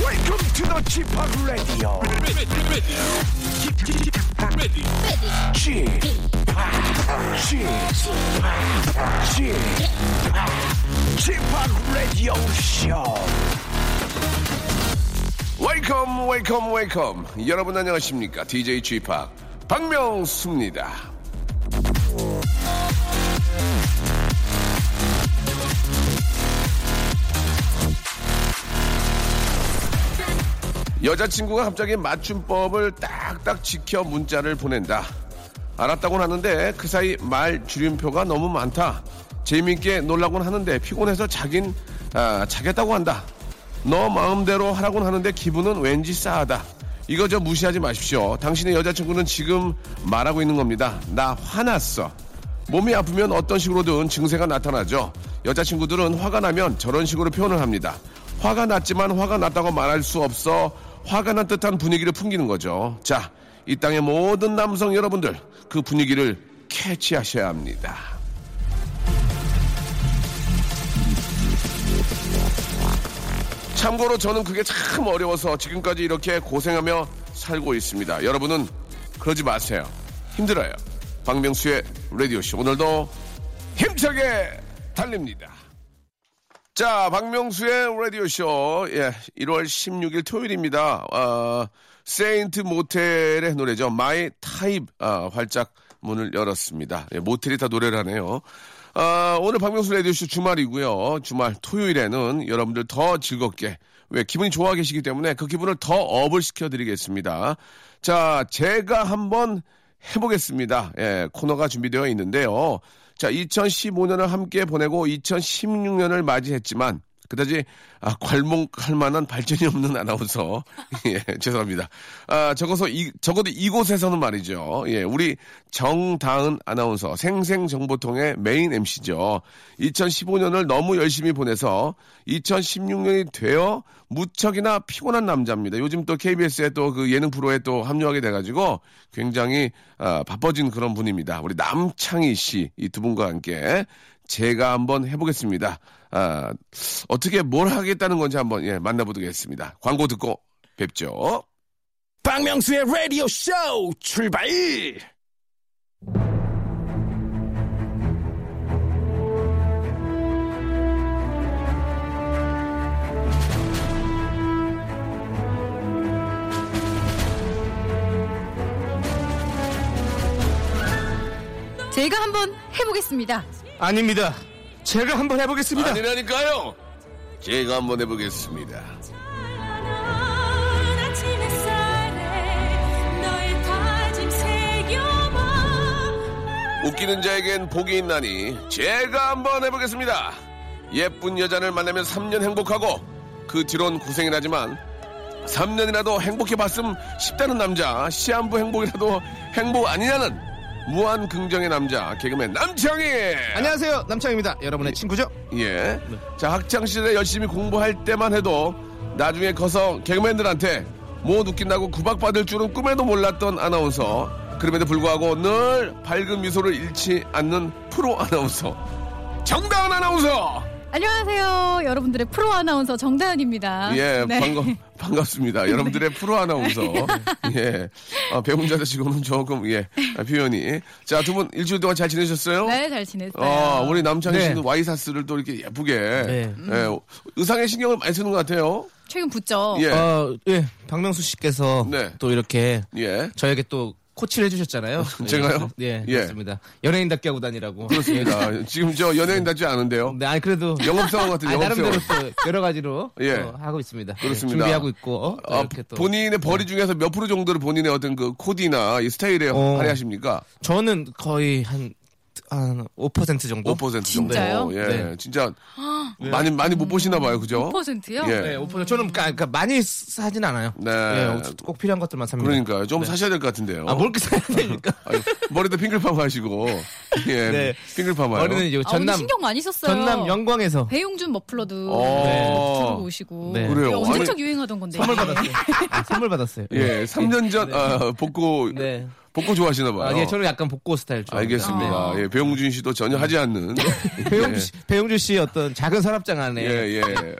Welcome to the Chip Radio. Chip Chip Chip Radio Show. 웨이컴 웨이컴 웨이컴 여러분 안녕하십니까 DJ g p 박명수입니다 여자친구가 갑자기 맞춤법을 딱딱 지켜 문자를 보낸다 알았다곤 하는데 그 사이 말 줄임표가 너무 많다 재밌게 놀라곤 하는데 피곤해서 자긴 아, 자겠다고 한다 너 마음대로 하라곤 하는데 기분은 왠지 싸하다. 이거 저 무시하지 마십시오. 당신의 여자친구는 지금 말하고 있는 겁니다. 나 화났어. 몸이 아프면 어떤 식으로든 증세가 나타나죠. 여자친구들은 화가 나면 저런 식으로 표현을 합니다. 화가 났지만 화가 났다고 말할 수 없어 화가 난 듯한 분위기를 풍기는 거죠. 자, 이 땅의 모든 남성 여러분들 그 분위기를 캐치하셔야 합니다. 참고로 저는 그게 참 어려워서 지금까지 이렇게 고생하며 살고 있습니다. 여러분은 그러지 마세요. 힘들어요. 박명수의 라디오쇼. 오늘도 힘차게 달립니다. 자, 박명수의 라디오쇼. 예, 1월 16일 토요일입니다. 어, 세인트 모텔의 노래죠. 마이 타입. 아, 활짝 문을 열었습니다. 예, 모텔이 다 노래를 하네요. 아, 오늘 박명수 라디오쇼 주말이고요. 주말 토요일에는 여러분들 더 즐겁게 왜 기분이 좋아 계시기 때문에 그 기분을 더 업을 시켜드리겠습니다. 자, 제가 한번 해보겠습니다. 예, 코너가 준비되어 있는데요. 자, 2015년을 함께 보내고 2016년을 맞이했지만 그다지 아, 괄목할 만한 발전이 없는 아나운서. 예, 죄송합니다. 아, 적어서 이, 적어도 이곳에서는 말이죠. 예, 우리 정다은 아나운서 생생정보통의 메인 MC죠. 2015년을 너무 열심히 보내서 2016년이 되어 무척이나 피곤한 남자입니다. 요즘 또 KBS에 또 그 예능 프로에 또 합류하게 돼가지고 굉장히 아, 바빠진 그런 분입니다. 우리 남창희 씨 이 두 분과 함께 제가 한번 해보겠습니다. 아, 어떻게 뭘 하겠다는 건지 한번 예, 만나보겠습니다. 광고 듣고 뵙죠. 박명수의 Radio Show 출발. 제가 한번 해보겠습니다. 아닙니다. 제가 한번 해보겠습니다. 아니라니까요. 제가 한번 해보겠습니다. 아침 햇살에 너의 다짐 새겨봐 웃기는 자에겐 복이 있나니 제가 한번 해보겠습니다. 예쁜 여자를 만나면 3년 행복하고 그 뒤론 고생이 나지만 3년이라도 행복해봤음 싶다는 남자 시한부 행복이라도 행복 아니냐는 무한 긍정의 남자 개그맨 남창희 안녕하세요. 남창입니다. 여러분의 친구죠? 예. 네. 자, 학창시절에 열심히 공부할 때만 해도 나중에 커서 개그맨들한테 뭐 웃긴다고 구박받을 줄은 꿈에도 몰랐던 아나운서. 그럼에도 불구하고 늘 밝은 미소를 잃지 않는 프로 아나운서. 정다은 아나운서! 안녕하세요. 여러분들의 네, 프로 아나운서 정다은입니다. 예, 네. 반가, 반갑습니다. 여러분들의 프로 아나운서. 예. 아, 배운 자들 지금은 조금, 예, 아, 표현이. 자, 두 분 일주일 동안 잘 지내셨어요? 네, 잘 지냈어요. 아, 우리 남창희 네. 씨는 와이사스를 또 이렇게 예쁘게. 네. 예, 의상에 신경을 많이 쓰는 것 같아요. 최근 붙죠. 예. 어, 예. 박명수 씨께서 네. 또 이렇게 예. 저에게 또 코치를 해주셨잖아요. 어, 제가요? 예, 예. 그렇습니다. 연예인답게 하고 다니라고. 그렇습니다. 아, 지금 저 연예인 닿지 않은데요. 네, 아니 그래도 영업사원 같은 아니, 나름대로 영업사원. 또 여러 가지로 예. 어, 하고 있습니다. 예, 그렇습니다. 준비하고 있고 어? 또 아, 이렇게 또 본인의 벌이 중에서 몇 프로 정도를 본인의 어떤 그 코디나 이 스타일에 어. 할애하십니까? 저는 거의 한 한 5% 정도. 5% 정도. 어, 진짜요? 네. 음, 예, 네. 진짜 많이 많이 못 보시나 봐요, 그죠? 5%요? 예. 네, 5%. 저는 그러니까, 그러니까 많이 쓰- 사진 않아요. 네. 예, 꼭 필요한 것들만 삽니다. 그러니까 네. 좀 사셔야 될 것 같은데요. 아, 뭘 이렇게 사야 됩니까? 아니, 머리도 핑클파마 하시고 예, 네. 핑클파마요. 머리는 이제 아, 오늘 전남 신경 많이 썼어요. 전남 영광에서 배용준 머플러도 어. 네. 들고 오시고 네. 그래요. 이거 엄청 아니, 유행하던 건데. 선물 받았어요. 아, 선물 받았어요. 예, 3년 전 아, 복고 네. 복고 좋아하시나 봐요. 아, 예, 저는 약간 복고 스타일 좋아. 네. 알겠습니다. 예, 배용준 씨도 전혀 하지 않는 배용주 씨, 배용주 씨의 어떤 작은 서랍장 안에 예, 예.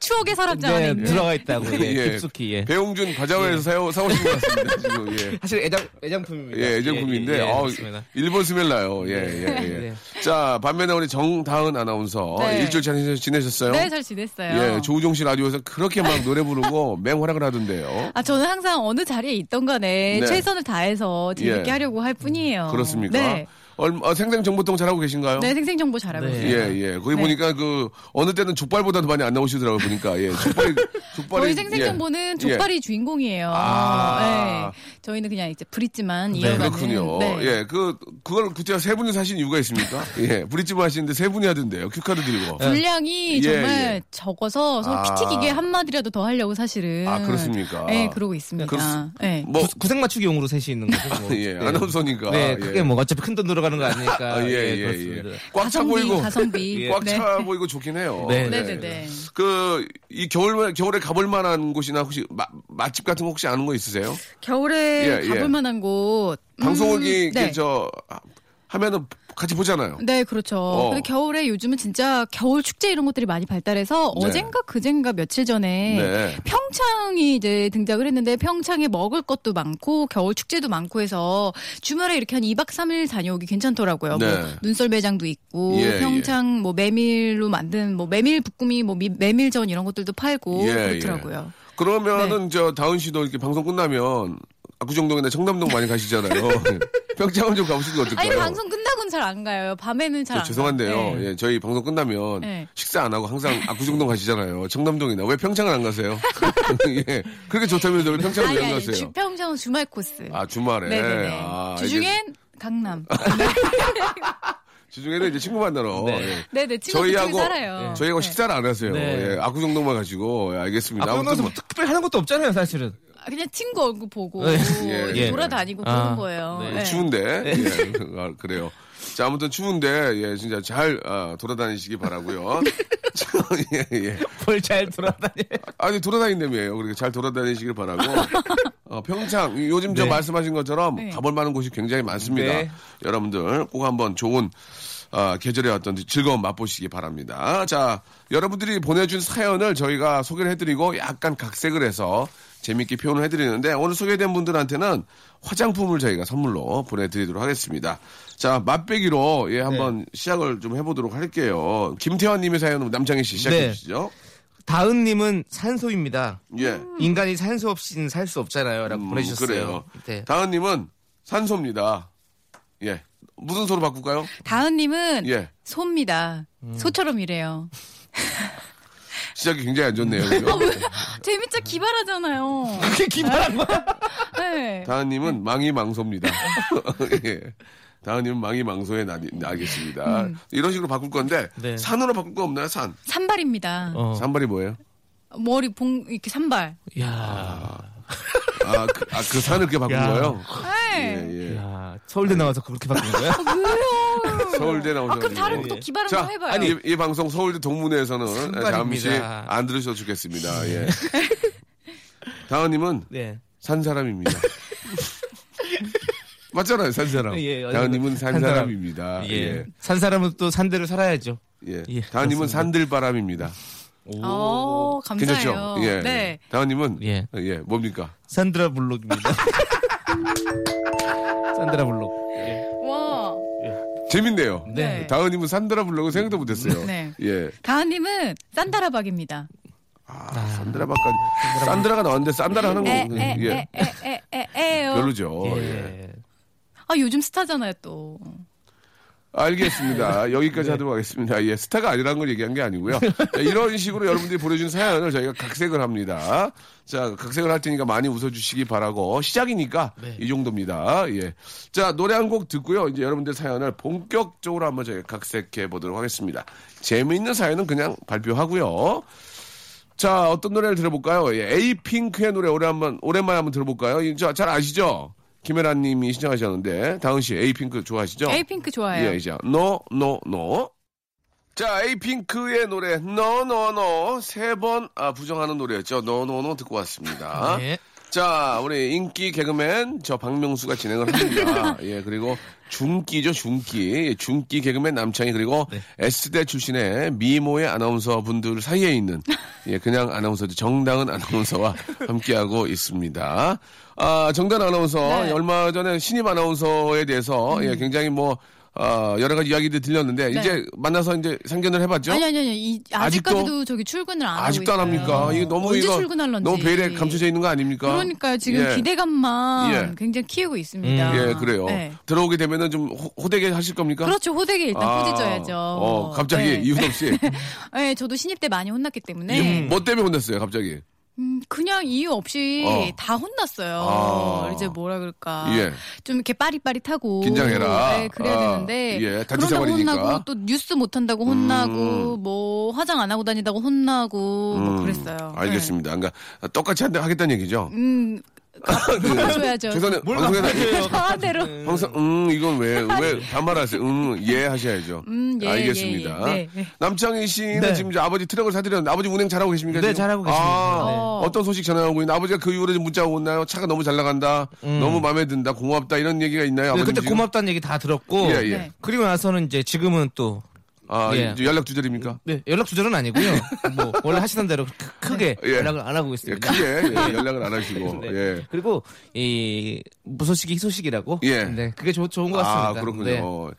추억의 서랍장 안에 네, 있는. 들어가 있다고. 예, 깊숙이. 그 예. 배용준 과자회에서 사오- 사오신 것 같습니다. 지금 예. 사실 애장 애장품입니다. 예, 애정품인데, 예, 예, 어, 그렇습니다. 네. 일본 스멜 나요. 예, 예, 예. 자, 반면에 우리 정다은 아나운서. 네. 일주일 잘 지내- 지내셨어요? 네, 잘 지냈어요. 예, 조우종 씨 라디오에서 그렇게 막 노래 부르고 맹활약을 하던데요. 아, 저는 항상 어느 자리에 있던 간에 네. 최선을 다해서 재밌게 예. 하려고 할 음, 뿐이에요. 그렇습니까? 네. 얼마, 어, 생생정보통 잘하고 계신가요? 네, 생생정보 잘하고 있어요. 예, 예. 거기 네. 보니까 그, 어느 때는 족발보다도 많이 안 나오시더라고요, 보니까. 예, 족발이, 족발이. 저희 예. 생생정보는 예. 족발이 주인공이에요. 아. 네. 저희는 그냥 이제 브릿지만 이어가는. 그렇군요. 네. 예, 그, 그걸 그때 세 분이 사신 이유가 있습니까? 예, 브릿지 마시는데 세 분이 하던데요. 큐카드 들고. 분량이 예, 정말 예. 적어서 서로 아. 피튀기게 한 마디라도 더 하려고 사실은. 아, 그렇습니까? 네, 그러고 있습니다. 그렇습- 네. 뭐, 구- 구색 맞추기용으로 셋이 있는 거고. 뭐. 예, 아나운서니까. 네, 예. 크게 뭐 어차피 큰 돈 들어가는 거 아니니까. 아, 예, 예, 예, 예. 그렇습니다. 꽉 차 가성비, 보이고. 가성비. 꽉 네. 차 보이고 좋긴 해요. 네. 네, 네, 네. 그, 이 겨울, 겨울에 가볼 만한 곳이나 혹시 마- 맛집 같은 거 혹시 아는 거 있으세요? 겨울에 예, 예. 가볼 만한 곳. 음, 방송국이, 네. 이렇게 저, 아, 하면은 같이 보잖아요. 네, 그렇죠. 어. 근데 겨울에 요즘은 진짜 겨울 축제 이런 것들이 많이 발달해서 네. 어젠가 그젠가 며칠 전에 네. 평창이 이제 등장을 했는데 평창에 먹을 것도 많고 겨울 축제도 많고 해서 주말에 이렇게 한 2박 3일 다녀오기 괜찮더라고요. 네. 뭐 눈썰 매장도 있고 예, 평창 뭐 메밀로 만든 뭐 메밀 볶음이 뭐 미- 메밀전 이런 것들도 예, 팔고 그렇더라고요. 그러면은 네. 저 다은 씨도 이렇게 방송 끝나면 아, 그 압구정동이나 청담동 많이 가시잖아요. 평창을 좀 가보시는 거 어떨까요? 아니 방송 끝나고는 잘 안 가요. 밤에는 잘그 저 안 가요. 죄송한데요. 네. 예, 저희 방송 끝나면 네. 식사 안 하고 항상 아, 그 압구정동 가시잖아요. 청담동이나 왜 평창을 안 가세요? 예, 그렇게 좋다면서 왜 평창을 아니 왜 안 아니 가세요? 주, 평창은 주말 코스. 예, 아 주말에. 네네네. 아, 이게 주중엔 강남. 주중에는 이제 친구 만나러. 예. 네네 친구 친구 저희하고 살아요. 저희하고 식사를 안 하세요. 네. 예, 압구정동만 가시고 예, 알겠습니다. 아, 아무튼 그러면서 뭐 특별히 하는 것도 없잖아요, 사실은. 아, 그냥 친구 얼굴 보고 네. 예, 이렇게 예. 돌아다니고 아, 보는 거예요. 네. 네. 추운데 예, 아, 그래요. 자 아무튼 추운데 예 진짜 잘 아, 돌아다니시기 바라고요. 자, 예, 예. 뭘 잘 돌아다녀요. 아니 돌아다닌다며요. 그러니까 잘 돌아다니시길 바라고. 어, 평창 요즘 저 네. 말씀하신 것처럼 가볼 만한 곳이 굉장히 많습니다. 네. 여러분들 꼭 한번 좋은 아, 계절의 어떤 즐거움 맛보시기 바랍니다. 자 여러분들이 보내준 사연을 저희가 소개를 해드리고 약간 각색을 해서 재밌게 표현을 해드리는데 오늘 소개된 분들한테는 화장품을 저희가 선물로 보내드리도록 하겠습니다. 자 맛배기로 예 한번 네. 시작을 좀 해보도록 할게요. 김태환님의 사연은 남창희 씨 시작해 네. 주시죠. 다은님은 산소입니다. 예. 음. 인간이 산소 없이는 살 수 없잖아요라고 음, 보내주셨어요. 그래요. 예. 네. 다은님은 산소입니다. 예. 무슨 소로 바꿀까요? 다은님은 예. 소입니다. 음. 소처럼 이래요. 시작이 굉장히 안 좋네요. 그죠? 예. 재밌자 기발하잖아요. 아. 그렇게 기발한 거야? 네. 다은님은 망이 망소입니다. 예. 다은님은 망이 망소에 나, 나겠습니다. 음. 이런 식으로 바꿀 건데 네. 산으로 바꿀 거 없나요? 산. 산발입니다. 어. 산발이 뭐예요? 어. 머리 봉 이렇게 산발. 야, 아, 그, 아, 그 산을 이렇게 바꾼 야. 거예요? 네. 예, 예. 야, 서울대 나와서 그렇게 바꾼 거야? 서울대 나오셨네요. 아, 그럼 다른 또 기발한 자, 거 해봐요. 아니, 이, 이 방송 서울대 동문회에서는 예. 산발입니다. 잠시 안 들으셔도 좋겠습니다. 네. 예. 다은님은 네. 산 사람입니다. 맞잖아요, 산 사람. 예, 예, 다은님은 산 산 사람. 사람입니다. 예. 예. 산 사람은 또 산대로 살아야죠. 예. 예, 다은님은 그렇습니다. 산들바람입니다. 어, 감사해요. 괜찮죠? 예. 네. 다은님은 예. 예. 뭡니까? 산드라 블록입니다. 산드라 블록. 예. 와. 재밌네요. 네. 다은님은 산드라 불러고 생각도 못했어요. 네. 예. 다은님은 산다라박입니다. 아, 산드라바까지. 산드라가 나왔는데 산드라 하는 거 네, 예. 어, 에에에에에에에요. 별로죠. 예. 예. 아 요즘 스타잖아요 또. 알겠습니다. 여기까지 하도록 하겠습니다. 예, 스타가 아니라는 걸 얘기한 게 아니고요. 자, 이런 식으로 여러분들이 보내준 사연을 저희가 각색을 합니다. 자, 각색을 할 테니까 많이 웃어주시기 바라고 시작이니까 네. 이 정도입니다. 예, 자 노래 한 곡 듣고요. 이제 여러분들 사연을 본격적으로 한번 저희가 각색해 보도록 하겠습니다. 재미있는 사연은 그냥 발표하고요. 자, 어떤 노래를 들어볼까요? 예, 에이핑크의 노래 오래 한번, 오랜만에 한번 들어볼까요? 이, 저, 잘 아시죠? 김혜란 님이 신청하셨는데, 다은 씨, 에이핑크 좋아하시죠? 에이핑크 좋아해요. 어. 예, 이제, 노, 노, 노. 자, 에이핑크의 노래, 노, 노, 노. 세 번, 아, 부정하는 노래였죠. 노, 노, 노 듣고 왔습니다. 네. 자, 우리 인기 개그맨 저 박명수가 진행을 합니다. 예, 그리고 중기죠, 중기. 예, 중기 개그맨 남창희 그리고 네. S대 출신의 미모의 아나운서 분들 사이에 있는 예, 그냥 아나운서죠. 정당은 아나운서와 함께하고 있습니다. 아, 정당 아나운서 네. 얼마 전에 신입 아나운서에 대해서 음. 예, 굉장히 뭐 아, 여러 가지 이야기들 들렸는데 네. 이제 만나서 이제 상견을 해 봤죠? 아니 아니 아니 이, 아직도? 아직까지도 저기 출근을 안 아직도 안 하고 있어요. 합니까? 이게 너무 네. 언제 이거 출근할런지. 너무 베일에 감춰져 있는 거 아닙니까? 그러니까요. 지금 예. 기대감만 예. 굉장히 키우고 있습니다. 예, 그래요. 네. 들어오게 되면은 좀 호- 호되게 하실 겁니까? 그렇죠. 호되게 일단 아, 꾸짖어야죠. 어, 갑자기 네. 이유 없이. 네, 저도 신입 때 많이 혼났기 때문에 이게 뭐 때문에 혼났어요, 갑자기? 음, 그냥 이유 없이 어. 다 혼났어요. 아. 이제 뭐라 그럴까. 예. 좀 이렇게 빠릿빠릿하고. 긴장해라. 네, 그래야 아, 되는데. 예, 단체 그런다고 생활이니까. 혼나고 또 뉴스 못한다고 혼나고 뭐 화장 안 하고 다닌다고 혼나고 뭐 음, 그랬어요. 알겠습니다. 그러니까 똑같이 한다- 하겠다는 얘기죠. 네. 음, 네. 갚아줘야죠. 네, 죄송해요. 뭘 방송에서 깜빡해요. 마음대로. 항상 음 이건 왜 왜 반말하세요? 음예 하셔야죠. 음, 예, 알겠습니다. 예, 예. 네, 네. 남창희 씨는 네. 지금 이제 아버지 트럭을 사드렸는데 아버지 운행 잘하고 계십니까? 네, 지금? 잘하고 계십니다. 아, 네. 어. 어떤 소식 전화오고 있나? 아버지가 그 이후로 좀 문자가 오나요? 차가 너무 잘 나간다. 너무 마음에 든다. 고맙다. 이런 얘기가 있나요? 네, 아버지 그때 지금? 고맙다는 얘기 다 들었고 예, 예. 네. 그리고 나서는 이제 지금은 또 아, 예. 이제 연락 두절입니까? 네, 연락 조절은 아니고요. 뭐 원래 하시던 대로 크- 크게 예. 연락을 안 하고 예, 있습니다. 크게 예, 연락을 안 하시고. 네. 예. 그리고 이 무소식이 희소식이라고. 예. 네, 그게 좋, 좋은 것 같습니다. 아, 그렇군요. 네. 어,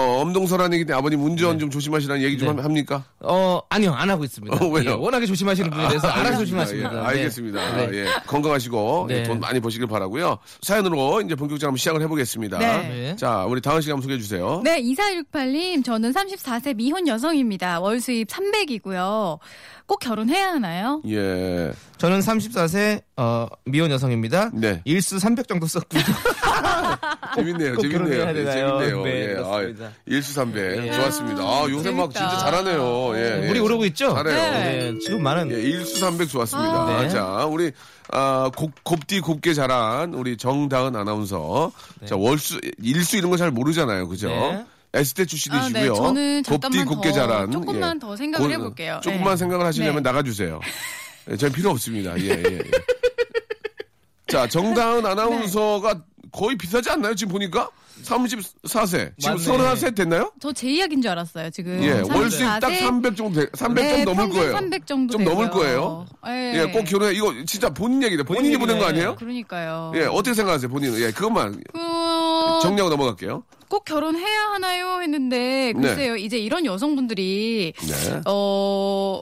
엄동설한이기 때문에 아버님 운전 좀 조심하시라는 얘기 좀 네. 합니까? 어 아니요 안 하고 있습니다. 어, 왜요? 예, 워낙에 조심하시는 분에 대해서 알아서 조심하십니다. 예, 네. 알겠습니다. 네. 예, 건강하시고 네. 예, 돈 많이 버시길 바라고요. 사연으로 이제 본격적으로 한번 시작을 해보겠습니다. 네. 자, 우리 다은 씨가 한번 소개해 주세요. 네, 2468님, 저는 34세 미혼 여성입니다. 월 수입 300이고요. 꼭 결혼해야 하나요? 예. 저는 34세 어, 미혼 여성입니다. 네. 일수 300 정도 썼고요. 재밌네요. 꼭 재밌네요. 결혼해야 예, 되나요? 재밌네요. 네, 예. 그렇습니다. 아, 일수 삼백. 예. 좋았습니다. 아, 요새 막 재밌다. 진짜 잘하네요. 예. 물이 예. 오르고 있죠? 잘해요. 네, 지금 많은 예, 일수 300 좋았습니다. 아. 네. 자, 우리 아, 곱, 곱디 곱게 자란 우리 정다은 아나운서. 네. 자, 월수 일수 이런 거 잘 모르잖아요. 그죠? 네. S대 출신이시고요. 아, 네. 저는 곱디 잠깐만 곱게 더, 자란 조금만 더 생각을 고- 해볼게요. 조금만 네. 생각을 하시려면 네. 나가 주세요. 예, 저는 필요 없습니다. 예, 예. 예. 자, 정다은 아나운서가 네. 거의 비싸지 않나요? 지금 보니까 34세. 지금 맞네. 31세 됐나요? 저 제 이야기인 줄 알았어요, 지금. 예, 34세. 월수입 딱 300 정도, 300좀 네, 넘을 평균 거예요. 300 정도 좀 넘을 되고요. 거예요. 예. 그렇죠. 예, 꼭 결혼해. 이거 진짜 본인 얘기다. 본인이 본인 보낸 거 얘기네. 아니에요? 그러니까요. 예, 어떻게 생각하세요, 본인은? 예, 그것만 그... 정리하고 넘어갈게요. 꼭 결혼해야 하나요? 했는데 글쎄요. 이제 이런 여성분들이 네. 어.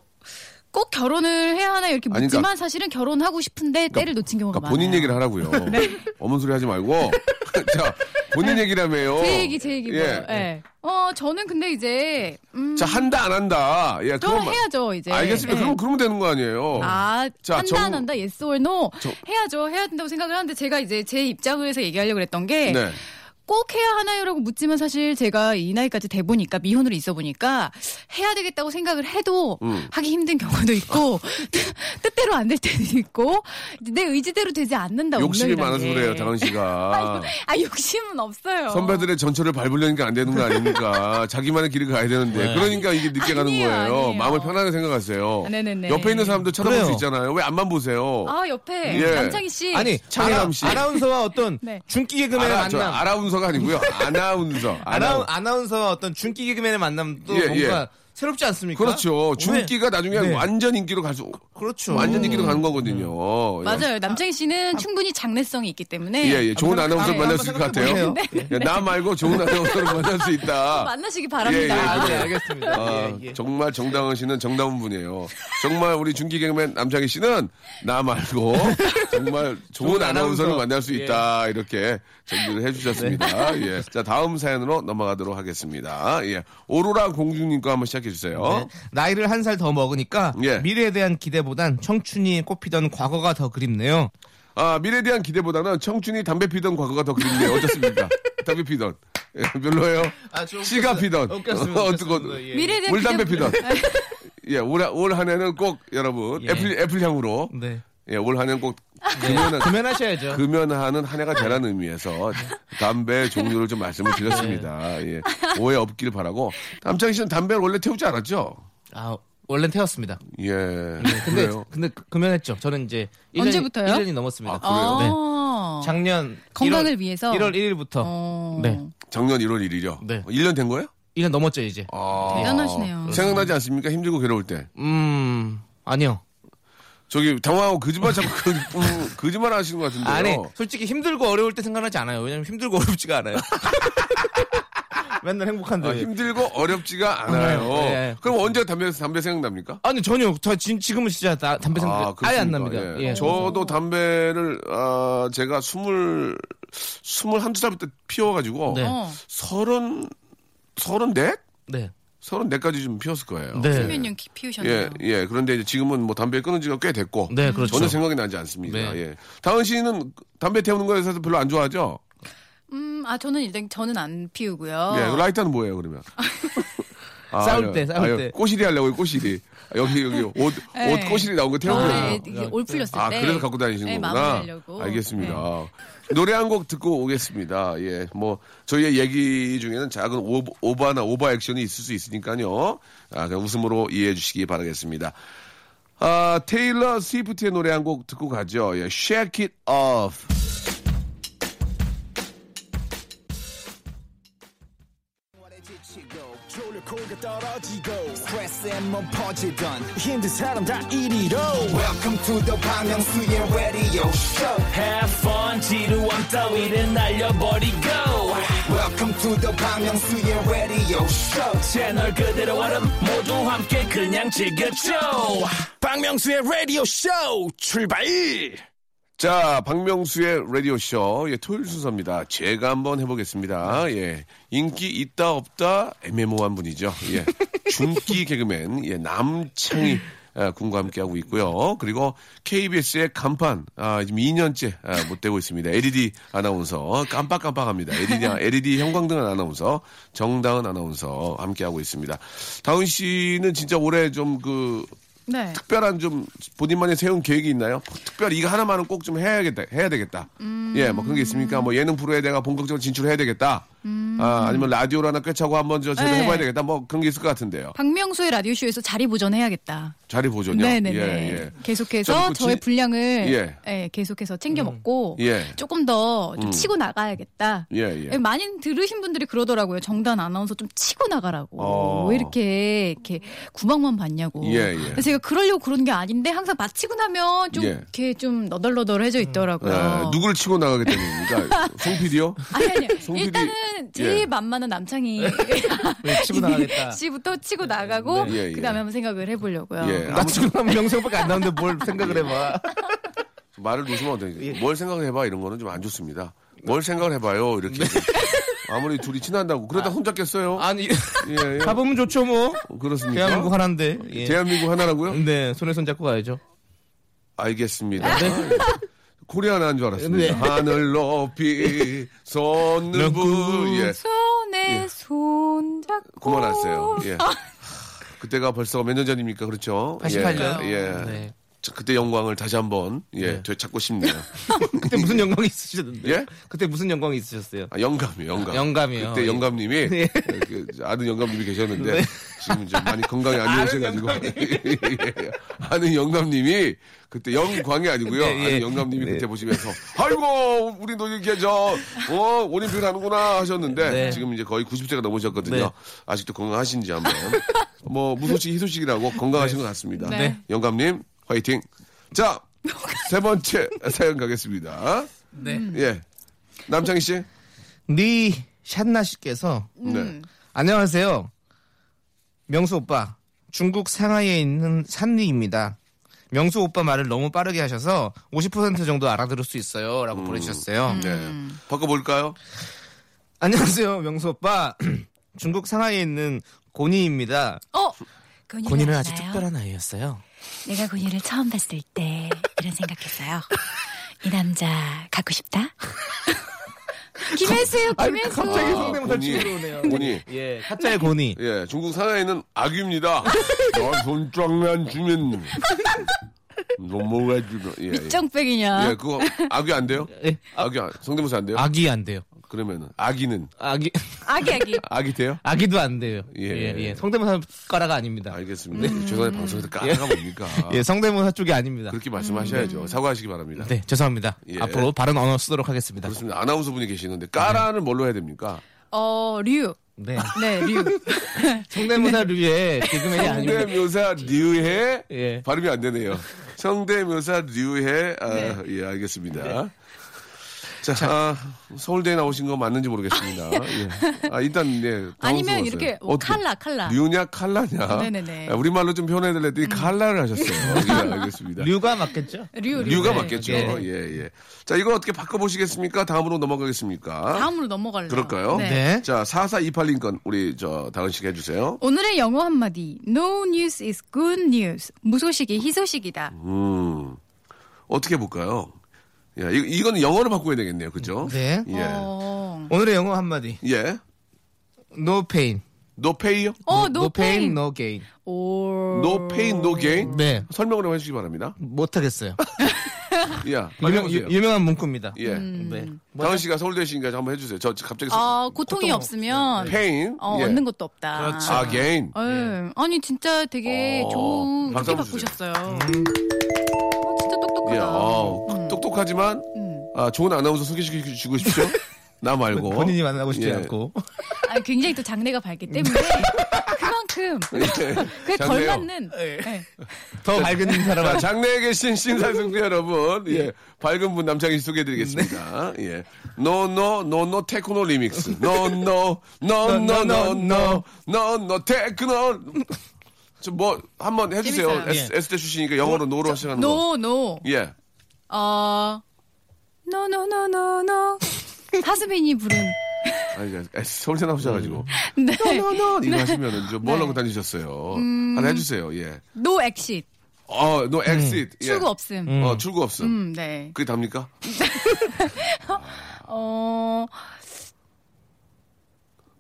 꼭 결혼을 해야 하나 이렇게 아니, 묻지만 그러니까- 사실은 결혼하고 싶은데 때를 놓친 경우가 그러니까 본인 어, 많아요. 네. 얘기를 하라고요. 어머 소리 하지 말고. 자, 본인 얘기라며요. 제 얘기 제 얘기 예. 뭐. 예. 어 저는 근데 이제 음, 자, 한다, 안 한다. 예, 저 그것만. 해야죠 이제. 알겠습니다. 예. 그럼, 그러면 되는 거 아니에요. 아, 어. 자, 한다 정- 안 한다 yes or no 정- 해야죠 해야 된다고 생각을 하는데 제가 이제 제 입장에서 얘기하려고 그랬던 게 네. 꼭 해야 하나요라고 묻지만 사실 제가 이 나이까지 돼 보니까 미혼으로 있어 보니까 해야 되겠다고 생각을 해도 음. 하기 힘든 경우도 있고 뜻대로 안 될 때도 있고 내 의지대로 되지 않는다 욕심이 운명이라는 많아서 게. 그래요, 다은 씨가. 아 욕심은 없어요. 선배들의 전철을 밟으려니까 안 되는 거 아닙니까? 자기만의 길을 가야 되는데. 그러니까 이게 늦게 가는 네. 아니에요, 거예요. 아니에요. 마음을 편하게 생각하세요. 아, 네네네. 옆에 있는 사람도 쳐다볼 수 그래요. 있잖아요. 왜 안만 보세요? 아 옆에 예. 남창희 씨 아니 창의남 씨. 아나, 운서와 어떤 네. 중기 개그맨의 아나, 저 만남. 아나운서가 아니고요. 아나운서. 아나, 아나운 아나운서와 어떤 중기 개그맨의 만남도 예, 뭔가 예. 새롭지 않습니까? 그렇죠. 중기가 나중에 네. 완전 인기로 가서 그렇죠. 네. 완전 인기로 가는 거거든요. 맞아요. 남창희 씨는 충분히 장래성이 있기 때문에 예, 예. 좋은 아, 아나운서 네, 만날 수 있을 것 한번 같아요. 생각해보세요. 예, 나 말고 좋은 아나운서를 만날 수 있다. 만나시기 예, 예. 바랍니다. 아, 네, 그래요. 알겠습니다. 아, 예, 예. 정말 정다은 씨는 정다운 분이에요. 정말 우리 중기 개그맨 남창희 씨는 나 말고 정말 좋은 좋은 아나운서를 아나운서. 만날 수 예. 네. 있다 이렇게 정리를 해주셨습니다. 예. 자 다음 사연으로 넘어가도록 하겠습니다. 예. 오로라 공주님과 한번 시작해 주세요. 네. 나이를 한 살 더 먹으니까 어? 예. 미래에 대한 기대보단 청춘이 꽃피던 과거가 더 그립네요. 아 미래에 대한 기대보다는 청춘이 담배 피던 과거가 더 그립네요. 어떻습니까? 담배 피던 예, 별로예요. 아, 좀 시가 웃겼어요. 피던 웃겼습니다. 어, 어떡- 웃겼습니다. 예. 미래에 대한 물 담배 기대- 피던 예, 올한 해는 꼭 여러분 예. 애플 애플 향으로 네. 예, 올 한해는 꼭 네. 금연은 금연하셔야죠. 그 금연하는 한 해가 되라는 의미에서 담배 종류를 좀 말씀을 드렸습니다. 네. 예. 오해 없길 바라고. 남창희 씨는 담배를 원래 태우지 않았죠? 아, 원래 태웠습니다. 예. 네, 근데 그래요. 근데 그- 금연했죠. 저는 이제 1년이, 언제부터요? 1년이 아, 넘었습니다. 그래요? 네. 어. 작년 건강을 1월, 위해서. 1월 1일부터 어. 네. 작년 1월 어, 1일이요. 네. 1년 된 거예요? 1년 넘었죠, 이제. 아. 대단하시네요. 생각나지 않습니까? 힘들고 괴로울 때. 음. 아니요. 저기 당황하고 거짓말 자꾸 그, 음, 거짓말 하시는 것 같은데요. 아니, 솔직히 힘들고 어려울 때 생각나지 않아요. 왜냐면 힘들고 어렵지가 않아요. 맨날 행복한데. 아, 힘들고 어렵지가 않아요. 네. 그럼 언제 담배 담배 생각납니까? 아니 전혀 저 진- 지금은 진짜 나- 담배 생각 아, 예안 그렇습니까? 납니다. 예. 예. 저도 담배를 아, 제가 스물 스물 한두 살부터 피워가지고 네. 어. 서른 서른 넷 네. 서른 넷까지 좀 피웠을 거예요. 네. 예. 수면년 키 피우셨네요. 예, 예. 그런데 이제 지금은 뭐 담배 끊은 지가 꽤 됐고. 네, 그렇죠. 전혀 생각이 나지 않습니다. 네. 예. 다은 씨는 담배 태우는 거에 대해서 별로 안 좋아하죠? 음, 아 저는 일단 저는 안 피우고요. 예. 라이터는 뭐예요, 그러면? 아, 싸울 예. 때, 싸울 아유, 때. 꼬시리 하려고, 꼬시리. 여기, 여기, 옷, 옷 예. 꼬시리 나온 거 태우고요. 겨울에 이게 올 풀렸을 때. 아, 그래서 갖고 다니시는 네, 거구나. 마무리하려고. 네. 알겠습니다. 노래 한 곡 듣고 오겠습니다. 예, 뭐 저희의 얘기 중에는 작은 오버, 오버나 오버 액션이 있을 수 있으니까요. 아, 그냥 웃음으로 이해해 주시기 바라겠습니다. 아, 테일러 스위프트의 노래 한 곡 듣고 가죠. 예, Shake It Off. 졸려 코가 떨어지고 스트레스에 몸 퍼지던 힘든 사람 다 이리로 Welcome to the 방명수의 radio show Have fun 지루함 따위를 날려버리고 Welcome to the 방명수의 radio show 채널 그대로 얼음 모두 함께 그냥 즐겨줘 방명수의 radio show 출발 자, 박명수의 라디오쇼, 예, 토요일 순서입니다. 제가 한번 해보겠습니다. 예, 인기 있다 없다 애매모호한 분이죠. 예, 중기 개그맨, 예, 남창희 아, 군과 함께하고 있고요. 그리고 KBS의 간판, 아, 지금 2년째 아, 못 되고 있습니다. LED 아나운서, 깜빡깜빡합니다. LED, 아, LED 형광등 아나운서, 정다은 아나운서 함께하고 있습니다. 다은 씨는 진짜 올해 좀 그, 네. 특별한 좀 본인만이 세운 계획이 있나요? 특별히 이거 하나만은 꼭 좀 해야겠다, 해야 되겠다. 예, 뭐 그런 게 있습니까? 뭐 예능 프로에 내가 본격적으로 진출해야 되겠다. 아, 아니면 라디오를 하나 꿰차고 한번 저 제대로 음. 네. 해봐야 되겠다. 뭐 그런 게 있을 것 같은데요. 박명수의 라디오쇼에서 자리 보존해야겠다. 자리 보존요. 네네네. 예, 예. 저는 계속해서 그 저의 진- 분량을 예. 예. 계속해서 챙겨 먹고 예. 조금 더 좀 치고 나가야겠다. 예, 예. 많이 들으신 분들이 그러더라고요. 정단 아나운서 좀 치고 나가라고. 어. 왜 이렇게 이렇게 구멍만 봤냐고. 예, 예. 그래서 제가 그러려고 그런 게 아닌데 항상 마치고 나면 좀 예. 이렇게 좀 너덜너덜해져 있더라고요. 예, 누굴 치고 나가게 됩니까? 송 PD요? 아니 아니. PD. 일단은 제일 예. 만만한 남창이 왜 치고 나가겠다. 씨부터 치고 나가고 네. 예, 예. 그다음에 한번 생각을 해 보려고요. 예. 나 지금 하면 명성밖에 안 나오는데 뭘 생각을 해봐. 말을 놓으시면 안 돼요. 예. 뭘 생각을 해봐 이런 거는 좀 안 좋습니다. 뭘 생각을 해봐요 이렇게. 아무리 둘이 친한다고 그러다 혼자 깼어요. 네. 아니 예, 예. 가보면 좋죠 뭐. 그렇습니까? 대한민국 하나인데. 예. 대한민국 하나라고요? 네 손에 손 잡고 가야죠. 알겠습니다. 코리아나 한줄 알았습니다. 네. 하늘 높이 솟는 불. 예. 손에 손 잡고 그만하세요. 예. 그때가 벌써 몇 년 전입니까? 그렇죠? 88년. 예. 예. 네. 자, 그때 영광을 다시 한번 예, 되찾고 싶네요. 그때 무슨 영광이 있으셨는데? 예? 그때 무슨 영광이 있으셨어요? 아, 영감이요, 영감. 아, 영감이요. 그때 예. 영감님이 예. 네. 그 아는 영감님이 계셨는데 지금 이제 많이 건강이 안 아는 좋으셔가지고 영감님. 예. 아는 영감님이 그때 영광이 아니고요. 네, 예. 아는 영감님이 그때 보시면서 아이고 우리도 이렇게 저어 올림픽을 하는구나 하셨는데 네. 지금 이제 거의 90세가 넘으셨거든요. 네. 아직도 건강하신지 한번 뭐 무소식 희소식이라고 건강하신 것 같습니다. 네. 영감님 화이팅. 자 세 번째 사연 가겠습니다. 네. 예. 남창희 씨. 리 샨나 네, 씨께서 네. 안녕하세요. 명수 오빠. 중국 상하이에 있는 산리입니다. 명수 오빠 말을 너무 빠르게 하셔서 50% 정도 알아들을 수 있어요. 라고 보내주셨어요. 음. 네. 바꿔볼까요? 안녕하세요. 명수 오빠. 중국 상하이에 있는 고니입니다. 어, 고니는 아주 특별한 아이였어요. 내가 고니를 처음 봤을 때 이런 네, 생각했어요. 이 남자 갖고 싶다. 김혜수요, 김혜수. 갑자기 아, 성대모사 고니. 치고 오네요. 고니. 예, 타짜의 고니. 예, 중국 상하이는 악유입니다. 야, 손장난 주면 넘어가지고. 예, 예. 정백이냐? 예, 그거 악유 안 돼요? 예. 악유 안- 성대모사 안 돼요? 아기 안 돼요. 그러면은 악이는 아기 아기, 아기. 악이 돼요? 아기도 안 돼요. 예. 예, 예. 성대모사 가라가 아닙니다. 알겠습니다. 죄송해요 방송에서 까라가 뭡니까? 음. 예, 성대모사 쪽이 아닙니다. 아. 그렇게 말씀하셔야죠. 사과하시기 바랍니다. 네, 죄송합니다. 예. 앞으로 바른 언어 쓰도록 하겠습니다. 그렇습니다. 아나운서 분이 계시는데 까라는 뭘로 해야 됩니까? 어, 류. 네. 네, 류. 성대모사 류의 개그맨이 아닙니다. 성대묘사 류해 예. 발음이 안 되네요. 성대묘사 류해 아, 네. 예 알겠습니다. 자, 아, 서울대에 나오신 거 맞는지 모르겠습니다. 예. 아, 일단 예. 아니면 당황스러웠어요. 이렇게 뭐 어떻게, 칼라, 칼라. 류냐 칼라냐. 네네네. 음. 아, 우리말로 좀 표현해달라 했더니 칼라를 하셨어요. 예, 알겠습니다. 류가 맞겠죠? 류, 류. 류가 네. 맞겠죠. 네. 예, 예. 자, 이거 어떻게 바꿔보시겠습니까? 다음으로 넘어가겠습니까? 다음으로 넘어갈래요. 그럴까요? 네. 네. 자, 4428링건 우리 저 다은씨 해주세요. 오늘의 영어 한마디. No news is good news. 무소식이 희소식이다. 음, 어떻게 볼까요? 야, 이, 이건 영어로 바꿔야 되겠네요. 그죠? 네. 예. 어, 오늘의 영어 한마디. 예. No pain. No pay요? 어, no, no pain, pain. no gain. 오. No pay, no gain? 네. 설명을 한번 해주시기 바랍니다. 못하겠어요. 야, 빨리 네. 유명, 해보세요. 한 문구입니다. 예. 네. 다은 씨가 서울대신가 한번 해주세요. 저 갑자기. 아, 고통이 없으면 페인. 예. 어, 얻는 것도 없다. 아, 게인. 어, 예. 아니 진짜 되게 어, 좋은 박수 좋게 한번 주세요. 음. 바꾸셨어요. 어, 진짜 예, 똑똑하다. 어, 음. 똑똑하지만, 아, 좋은 아나운서 소개시켜주고 싶죠? 나 말고. 본인이 만나고 싶지 예. 않고. 아, 굉장히 또 장래가 밝기 때문에 그만큼 예. 그에 장래요. 걸맞는 네. 예. 더 밝은 사람. 자, 장내에 계신 신사승수 여러분, 예, 밝은 분 남창희 씨 소개해드리겠습니다. 예, no no no no 테크노 리믹스, no no no no no no no no 테크노. 저뭐 한번 해주세요. 재밌어요. S S 대 출신이니까 영어로 노로 하시는 거. 노 노. 예, 어. 노노노노노. 하스빈이 부른 아니 이제 S 서울대 나오셔가지고 네. no no 이거 하시면은 좀뭐 하려고 다니셨어요. 음. 하나 해주세요. 예, 노 엑시 어, no exit. 예. 출구 없음. 어, 출구 없음. 음, 네. 그게 답니까? 어.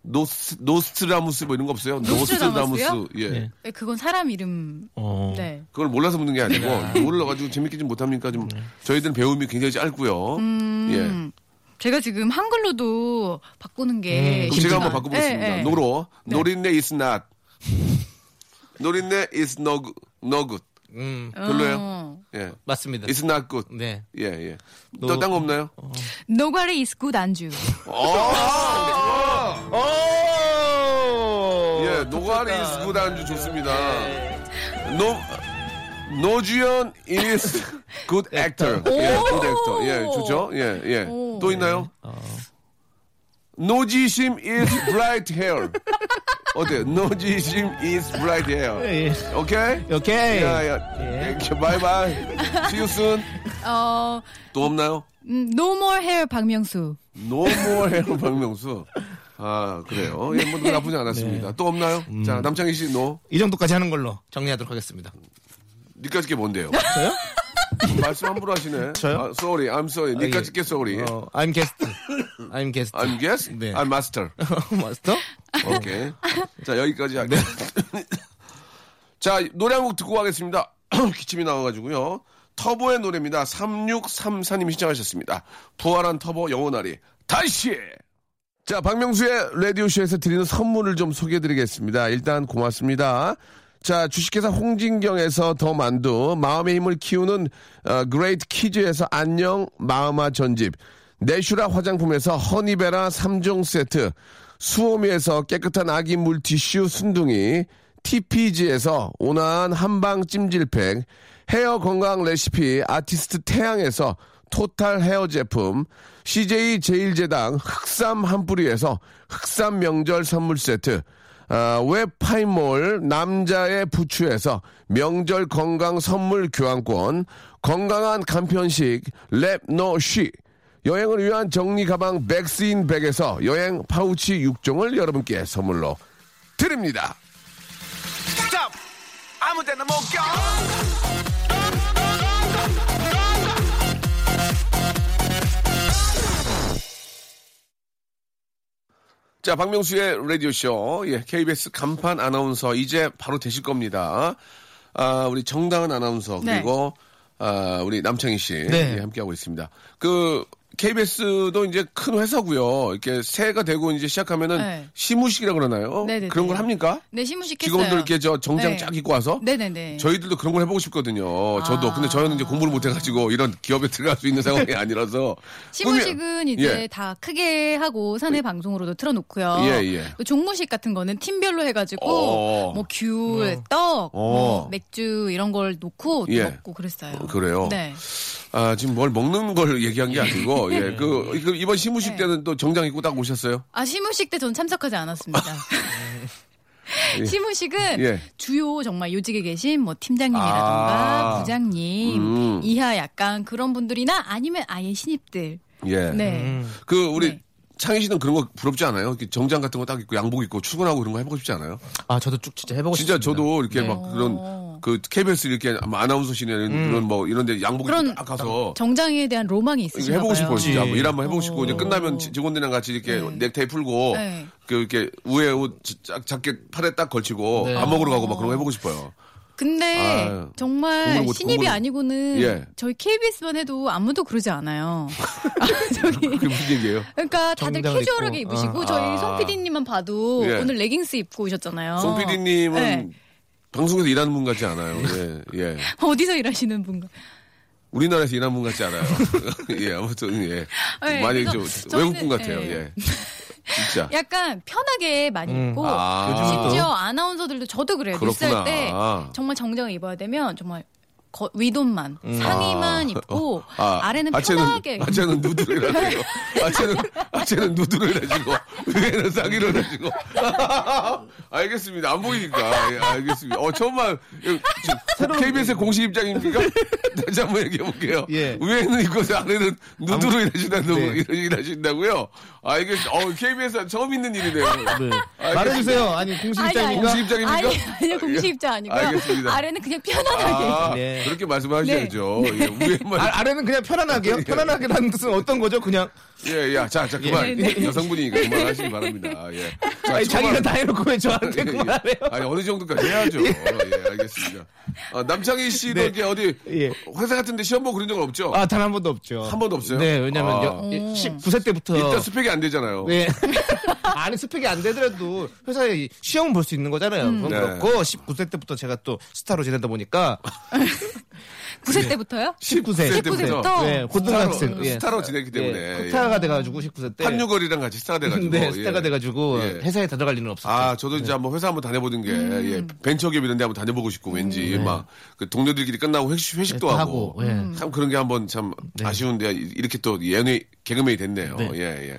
노스 노스트라무스 뭐 이런 거 없어요? 노스트라무스. 노스트라무스요? 예. 예. 네, 그건 사람 이름. 어. 네. 그걸 몰라서 묻는 게 아니고 몰라가지고 재밌게 좀 못합니까? 좀 저희들은 배움이 굉장히 짧고요. 예. 제가 지금 한글로도 바꾸는 게 음, 그럼 제가 쉽지만. 한번 바꿔보겠습니다. 예, 예. 노로 노린내 is not 노린내 is no good, no good. 음, 어. 별로예요. 예. 맞습니다. is not good. 네. 예 예. 노- 또딴 거 없나요? 노가리 is good 안주. 어! 오! 예 노가리 is good 안주 좋습니다. 노 노주현 is good actor. 예, good actor. 예, 좋죠? 예, 예. 또 있나요? 노지심 is bright hair. 어때요? 노지심 is bright hair. 예. 오케이? 오케이. 야, 야. 바이바이. See you soon. 어, 또 없나요? 음, no more hair 박명수. No more hair 박명수. 아, 그래요. 예, 뭐 나쁘지 않았습니다. 또 없나요? 자, 남창희 씨, 노. 이 정도까지 하는 걸로 정리하도록 하겠습니다. 니까지 게 뭔데요? 저요? 말씀 함부로 하시네. 저요? 아, sorry, I'm sorry. 니까지 아. 게 sorry. 어, I'm guest. I'm guest. I'm guest, 네. I'm master. 마스터? 네. 오케이. 자, 여기까지 하겠습니다. 자, 노래 한 곡 듣고 가겠습니다. 기침이 나와가지고요. 터보의 노래입니다. 3634님이 시청하셨습니다. 부활한 터보 영혼아리 다시! 자, 박명수의 라디오쇼에서 드리는 선물을 좀 소개해드리겠습니다. 일단 고맙습니다. 자, 주식회사 홍진경에서 더 만두, 마음의 힘을 키우는 어, 그레이트 키즈에서 안녕 마음아 전집, 내슈라 화장품에서 허니베라 3종 세트, 수오미에서 깨끗한 아기 물티슈 순둥이, TPG에서 온화한 한방 찜질팩, 헤어 건강 레시피 아티스트 태양에서 토탈 헤어 제품, CJ 제일제당 흑삼 한 뿌리에서 흑삼 명절 선물 세트, 아, 웹파이몰 남자의 부추에서 명절 건강 선물 교환권, 건강한 간편식 랩노쉬, 여행을 위한 정리 가방 백스인 백에서 여행 파우치 6종을 여러분께 선물로 드립니다. 자, 박명수의 라디오쇼. 예, KBS 간판 아나운서 이제 바로 되실 겁니다. 아, 우리 정당은 아나운서 네. 그리고 아, 우리 남창희 씨 네. 예, 함께하고 있습니다. 그 KBS도 이제 큰 회사고요. 이렇게 새해가 되고 이제 시작하면은 네. 시무식이라 그러나요? 네네네. 그런 걸 합니까? 네, 시무식했어요. 직원들 이렇게 저 정장 네. 쫙 입고 와서 네네네. 아. 저희들도 그런 걸 해보고 싶거든요. 저도 근데 저는 이제 공부를 못 해가지고 이런 기업에 들어갈 수 있는 상황이 아니라서 꿈이- 시무식은 이제 예. 다 크게 하고 사내 방송으로도 틀어놓고요. 예, 예. 또 종무식 같은 거는 팀별로 해가지고 어. 뭐 귤, 떡, 어. 뭐 맥주 이런 걸 놓고 또 예. 먹고 그랬어요. 어, 그래요? 네. 아, 지금 뭘 먹는 걸 얘기한 게 아니고, 예, 그, 그 이번 시무식 네. 때는 또 정장 입고 딱 오셨어요? 아 시무식 때 전 참석하지 않았습니다. 예. 시무식은 예. 주요 정말 요직에 계신 뭐 아. 팀장님이라던가 부장님 음. 이하 약간 그런 분들이나 아니면 아예 신입들. 예. 네. 음. 그, 우리 네. 창희 씨는 그런 거 부럽지 않아요? 이렇게 정장 같은 거 딱 입고 양복 입고 출근하고 그런 거 해보고 싶지 않아요? 아 저도 쭉 진짜 해보고 진짜 싶습니다. 저도 이렇게 네. 막 그런, 오. 그, KBS 이렇게 아마 아나운서실이나 이런 음. 그런 뭐 이런 데 양복 입고 그런 딱 가서. 정장에 대한 로망이 이렇게 있으신가요? 해보고 싶어요, 진짜. 그치. 예. 뭐 일 한번 해보고 싶고, 이제 끝나면 지- 직원들이랑 같이 이렇게 넥타이 풀고, 네. 그, 이렇게 우에 옷 지- 짝, 자켓 팔에 딱 걸치고, 네. 안 먹으러 가고 막 그런 거 아. 해보고 싶어요. 근데 아유, 정말 공부를 못- 신입이 공부를- 아니고는 예. 저희 KBS만 해도 아무도 그러지 않아요. 아, 저기 그게 무슨 얘기예요? 그러니까 다들 정장을 캐주얼하게 입고. 입으시고 아. 저희 송 PD님만 봐도 예. 오늘 레깅스 입고 오셨잖아요. 송 PD님은 어. 네. 방송에서 일하는 분 같지 않아요. 예, 예. 어디서 일하시는 분가? 우리나라에서 일하는 분 같지 않아요. 예, 아무튼, 예. 네, 많이 좀 그래서 저는, 외국분 같아요. 예. 예. 진짜. 약간 편하게 많이 음. 입고 아. 심지어 아나운서들도 저도 그래요. 그렇구나. 뉴스할 때 정말 정장을 입어야 되면 정말 거- 위돈만 상의만 입고 음. 아, 아, 래는 아채는, 편하게 아채는 누드를 해가지고. 아채는, 아채는 누드를 해가지고. 위에는 싸기를 해가지고. 알겠습니다. 안 보이니까. 예, 알겠습니다. 어, 처음만. KBS의 공식 입장입니까? 다시 한번 얘기해볼게요. 예. 위에는 입고 아래는 누드로 일하신다고, 네. 일하신다고요? 알겠, 어, KBS 처음 있는 일이네요. 네. 말해주세요. 아니 공식 아니, 아니. 입장입니까? 공식 입장입니까? 아니, 아니요, 공식 입장 아니고요. 알겠습니다. 아래는 그냥 편안하게. 아, 네. 그렇게 말씀하셔야죠. 네. 예, 위에만. 아, 아래는 그냥 편안하게요. 편안하게라는 뜻은 어떤 거죠? 그냥 예, 야, 자, 자, 그만. 여성분이니까 그만하시기 바랍니다. 예. 자, 네, 정말- 아니, 자기가 다 해놓고 왜 저한테 예, 예. 그만해요? 아니, 어느 정도까지 해야죠. 예, 알겠습니다. 아, 남창희 씨도 네. 이렇게 어디 예. 회사 같은데 시험 보고 그런 적은 없죠? 아 단 한 번도 없죠. 한 번도 없어요? 네, 왜냐면 아. 여- 음. 19세 때부터 일단 스펙이 안 되잖아요. 네. 아니 스펙이 안 되더라도 회사에 시험 볼 수 있는 거잖아요. 음. 그건 네. 그렇고 19세 때부터 제가 또 스타로 지내다 보니까 9세 네. 때부터요? 19세, 19세 때부터? 네, 고등학생 스타로, 예. 스타로 지냈기 때문에. 예, 스타가 돼가지고 19세 때 한유걸이랑 같이 스타 돼가지고. 네, 스타가 예. 돼가지고 네. 예. 회사에 들어갈 일은 없었죠. 아, 저도 이제 한번 회사 한번 다녀보는 게, 예, 벤처기업 이런 데 한번 다녀보고 싶고, 왠지, 막, 그 동료들끼리 끝나고 회식, 회식도 네, 또 하고, 하고, 예. 음. 참 그런 게 한번 참 아쉬운데, 이렇게 또 예능, 개그맨이 됐네요. 네. 예, 예.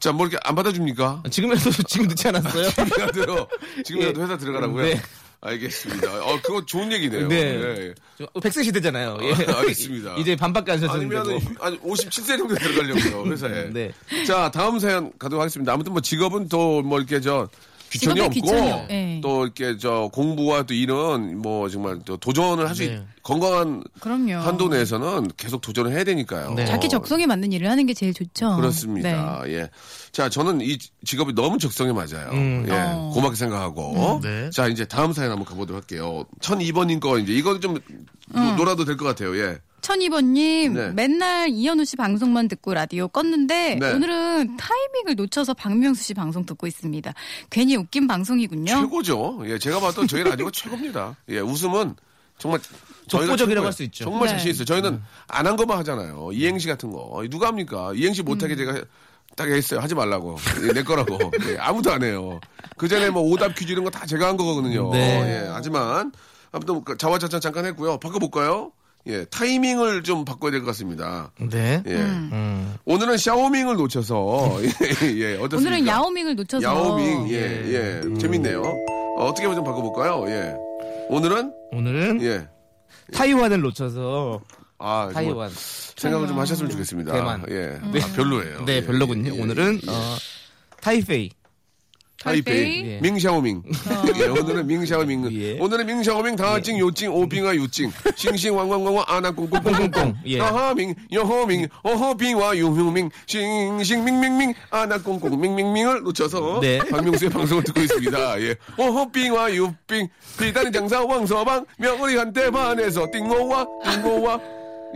자, 뭐 이렇게 안 받아줍니까? 지금에서 지금 늦지 않았어요. 아, 지금이라도, 지금이라도 예. 회사 들어가라고요? 네. 알겠습니다. 어, 그거 좋은 얘기네요. 네. 예, 예. 저 백세 시대잖아요. 예. 아, 알겠습니다. 이제 반밖에 안 쉬었는데. 아니면 아니 57세 정도 들어가려고요 회사에. 뭐. 네. 자 다음 사연 가도록 하겠습니다. 아무튼 뭐 직업은 또 뭐 이렇게 저 귀천이 직업의 없고 귀천이 없- 예. 또 이렇게 저 공부와 또 일은 뭐 정말 또 도전을 할 수 네. 건강한 그럼요. 한도 내에서는 계속 도전을 해야 되니까요. 네. 자기 적성에 맞는 일을 하는 게 제일 좋죠. 네. 그렇습니다. 예. 자, 저는 이 직업이 너무 적성에 맞아요. 음. 예. 어. 고맙게 생각하고. 음. 네. 자, 이제 다음 사연 한번 가보도록 할게요. 1002번님 거, 이제 이건 좀 노- 놀아도 될 것 같아요. 예. 1002번님, 네. 맨날 이현우 씨 방송만 듣고 라디오 껐는데, 네. 오늘은 타이밍을 놓쳐서 박명수 씨 방송 듣고 있습니다. 괜히 웃긴 방송이군요. 최고죠. 예. 제가 봤던 저희 라디오가 최고입니다. 예. 웃음은 정말. 저희가 독보적이라고 최고예요. 할수 있죠. 음. 정말 네. 자신 있어요. 저희는 안 한 것만 하잖아요. 이행시 같은 거. 누가 합니까? 이행시 음. 못하게 제가 딱 했어요. 하지 말라고. 예, 내 거라고. 예, 아무도 안 해요. 그 전에 뭐 오답 퀴즈 이런 거 다 제가 한 거거든요. 네. 예, 하지만 아무튼 그 자화자찬 잠깐 했고요. 바꿔볼까요? 예, 타이밍을 좀 바꿔야 될 것 같습니다. 네. 예. 음. 오늘은 샤오밍을 놓쳐서 예, 예, 어떻습니까? 오늘은 야오밍을 놓쳐서. 야오밍 예, 예. 음. 재밌네요. 어, 어떻게 한번 좀 바꿔볼까요? 예. 오늘은 오늘은 예. 타이완을 놓쳐서 아, 정말 타이완. 생각을 좀 하셨으면 좋겠습니다. 대만. 예. 아, 별로예요. 네, 예, 별로군요. 예, 예. 오늘은 어, 타이페이. 타이페이 네. 예. 밍샤오밍 예, 오늘은 밍샤오밍 예. 오늘은 밍샤오밍 당하찡 요찡 오빙아 유찡 싱싱 왕왕왕왕 아나꽁꽁꽁꽁꽁 예. 아하밍 여호밍 어허빙와 유휴밍 싱싱 밍밍밍 아나꽁꽁 밍밍밍을 놓쳐서 네. 박명수의 방송을 듣고 있습니다 예. 어허빙와 유빙 비단의 장사 왕서방 명월이 한때 반해서 띵고와 띵고와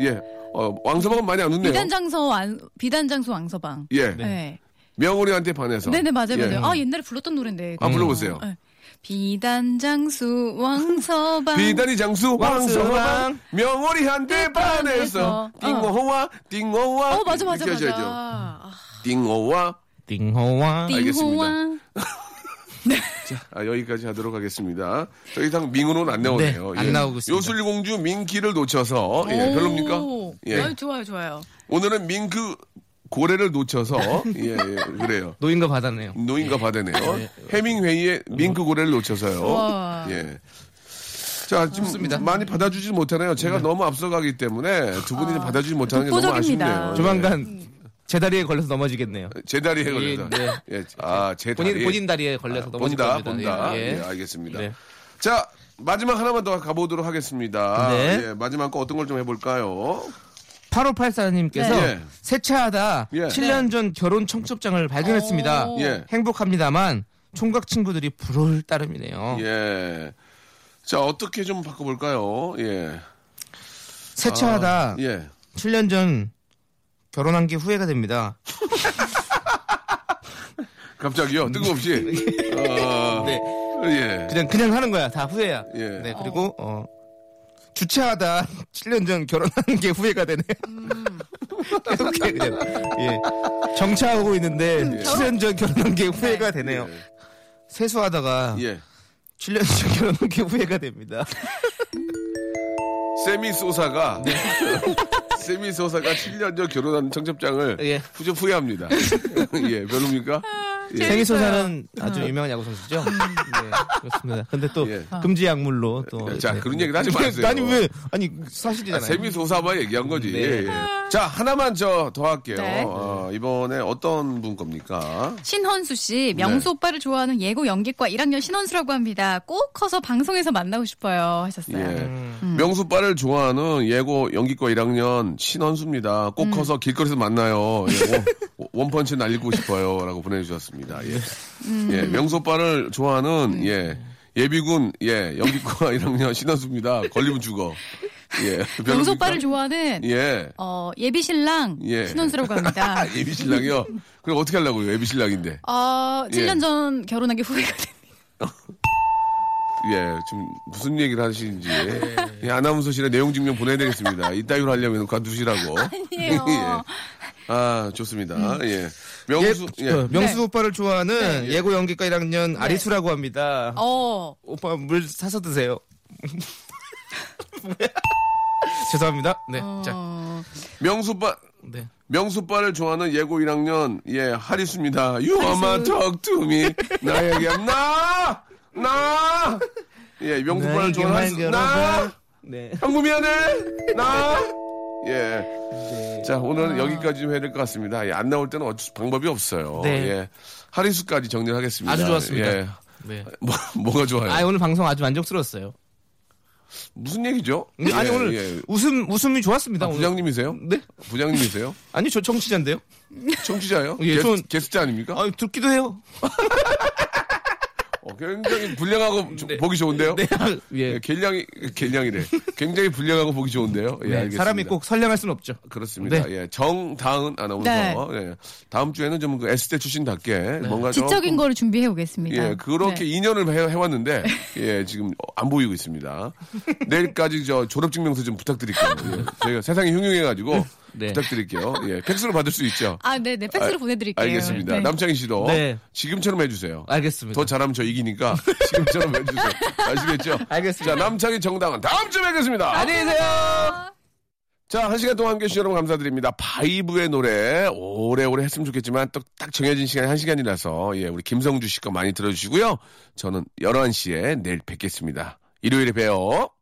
예. 어, 왕서방은 많이 안 웃네요 비단장소, 안, 비단장소 왕서방. 예. 네. 명월이한테 반해서 네네, 맞아요, 예. 맞아요. 아, 옛날에 불렀던 노래인데. 아, 불러보세요 네. 비단장수 왕서방. 비단이 장수 왕서왕 왕서왕. 명월이 한대 반에서 네, 반에서. 띵호와 띵호와 어, 맞아, 맞아, 이렇게 맞아. 하셔야죠. 아, 띵호와 띵호와. 띵호와. 아, 여기까지 하도록 하겠습니다. 더 이상 민우는 안 나오네요. 예. 네, 안 나오고 있습니다. 요술공주 민키를 놓쳐서 예, 오. 별로입니까? 예. 아유, 좋아요, 좋아요. 오늘은 민크 고래를 놓쳐서 예, 예, 그래요. 노인과 받았네요. 노인과 바다네요. 예. 해밍웨이의 민크 고래를 놓쳐서요. 와. 예. 자, 지금 많이 받아주지 못하네요. 제가 너무 앞서가기 때문에 두 분이 받아주지 못하는 게 너무 독보적입니다. 아쉽네요. 예. 조만간 제 다리에 걸려서 넘어지겠네요. 제 다리에 걸려서. 네. 예. 아, 제 다리. 본인 본인 다리에 걸려서 아, 넘어질 본다, 겁니다. 본다. 예. 예, 알겠습니다. 네. 자, 마지막 하나만 더 가보도록 하겠습니다. 네. 예, 마지막 거 어떤 걸 좀 해볼까요? 8584님께서 네. 세차하다 예. 7년 전 결혼 청첩장을 발견했습니다. 오. 예. 행복합니다만 총각 친구들이 부러울 따름이네요. 예. 자, 어떻게 좀 바꿔볼까요? 예. 세차하다 예. 7년 전 결혼한 게 후회가 됩니다. 갑자기요? 뜬금없이. 어, 네. 예. 그냥 그냥 하는 거야. 다 후회야. 예. 네. 그리고 어 주차하다 7년 전 결혼한 게 후회가 되네요. 이렇게 그냥 예. 정차하고 있는데 예. 7년 전 결혼한 게 후회가 되네요. 세수하다가 예. 7년 전 결혼한 게 후회가 됩니다. 세미 소사가 네. 세미 소사가 7년 전 결혼한 청첩장을 예. 후적 후회합니다. 예, 별로입니까? 예. 생일 소사는 아주 음. 유명한 야구 선수죠. 네, 그렇습니다. 근데 또 예. 금지 약물로 또 자, 네. 그런 얘기는 하지 마세요. 아니 왜? 아니 사실이잖아요. 세미 소사만 얘기한 거지. 네. 예, 예. 자, 하나만 저 더 할게요. 네. 어, 이번에 어떤 분 겁니까? 신헌수 네. 씨, 명수 오빠를 좋아하는 예고 연기과 1학년 신헌수라고 합니다. 꼭 커서 방송에서 만나고 싶어요 예. 하셨어요. 음. 명수빠를 좋아하는 예고 연기과 1학년 신원수입니다. 음. 꼭 커서 길거리에서 만나요. 예, 원- 원펀치 날리고 싶어요. 라고 보내주셨습니다. 예. 음. 예, 명수빠를 좋아하는 예. 예비군 예 연기과 1학년 신원수입니다. 걸리면 죽어. 예. 명수 오빠를 좋아하는 예. 어, 예비 신랑 예. 신헌수라고 합니다. 예비 신랑이요. 그럼 어떻게 하려고요? 예비 신랑인데. 어, 예. 7년 전 결혼한 게 후회가 됩니다. 예, 지금 무슨 얘기를 하시는지. 예, 아나운서실에 내용 증명 보내야 되겠습니다. 이따위로 하려면 관두시라고. 예. 아니에요. 음. 아, 좋습니다. 예. 예, 명수, 예. 어, 명수 네. 오빠를 좋아하는 예고 연기과 1학년 아리수라고 합니다. 어, 오빠 물 사서 드세요. 뭐야? 죄송합니다. 네, 어. 자, 명수빠, 네. 명수빠를 좋아하는 예고 1학년, 예, 하리수입니다. You are my talk to me. 나에게, 나! 나! 예, 명수빠를 나에게만 좋아하는 하리수, 나! 결혼해. 네. 형구 미안해! 나! 예. 네. 자, 오늘은 아. 여기까지 좀 해야 될 것 같습니다. 예, 안 나올 때는 어쩔 수- 방법이 없어요. 네. 예. 하리수까지 정리하겠습니다. 아주 좋았습니다. 예. 네. 뭐, 뭐가 좋아요? 아 오늘 방송 아주 만족스러웠어요. 무슨 얘기죠? 네, 아니 예, 오늘 예. 웃음 웃음이 좋았습니다. 아, 오늘. 부장님이세요? 네? 부장님이세요? 아니 저 청취자인데요. 청취자요? 예, 예, 저는- 게스트 아닙니까? 아 듣기도 해요. 어, 굉장히 불량하고 조- 보기 좋은데요? 네. 예. 예, 굉장히 굉장히래. 굉장히 불량하고 보기 좋은데요. 예, 네, 알겠습니다. 사람이 꼭 선량할 수는 없죠. 그렇습니다. 네. 예, 정다은 아나운서. 네. 예, 다음 주에는 좀그 S대 출신답게 네. 뭔가 좀 지적인 거를 준비해 오겠습니다. 아, 예, 그렇게 네. 2년을 해, 왔는데 예, 지금 안 보이고 있습니다. 내일까지 저 졸업증명서 좀 부탁드릴게요. 예, 저희가 세상이 흉흉해가지고 네. 부탁드릴게요. 예, 팩스로 받을 수 있죠. 아, 네, 네. 팩스로 보내드릴게요. 알겠습니다. 네. 남창희 씨도 네. 지금처럼 해주세요. 알겠습니다. 더 잘하면 저 이기니까 지금처럼 해주세요. 아시겠죠? 알겠습니다. 자, 남창희 정당은 다음 주에 뵙겠습니다. 안녕히 계세요. 자, 한 시간 동안 함께 해주신 여러분 감사드립니다. 바이브의 노래 오래오래 했으면 좋겠지만 또 딱 정해진 시간이 한 시간이라서 예, 우리 김성주 씨 거 많이 들어주시고요. 저는 11시에 내일 뵙겠습니다. 일요일에 봬요.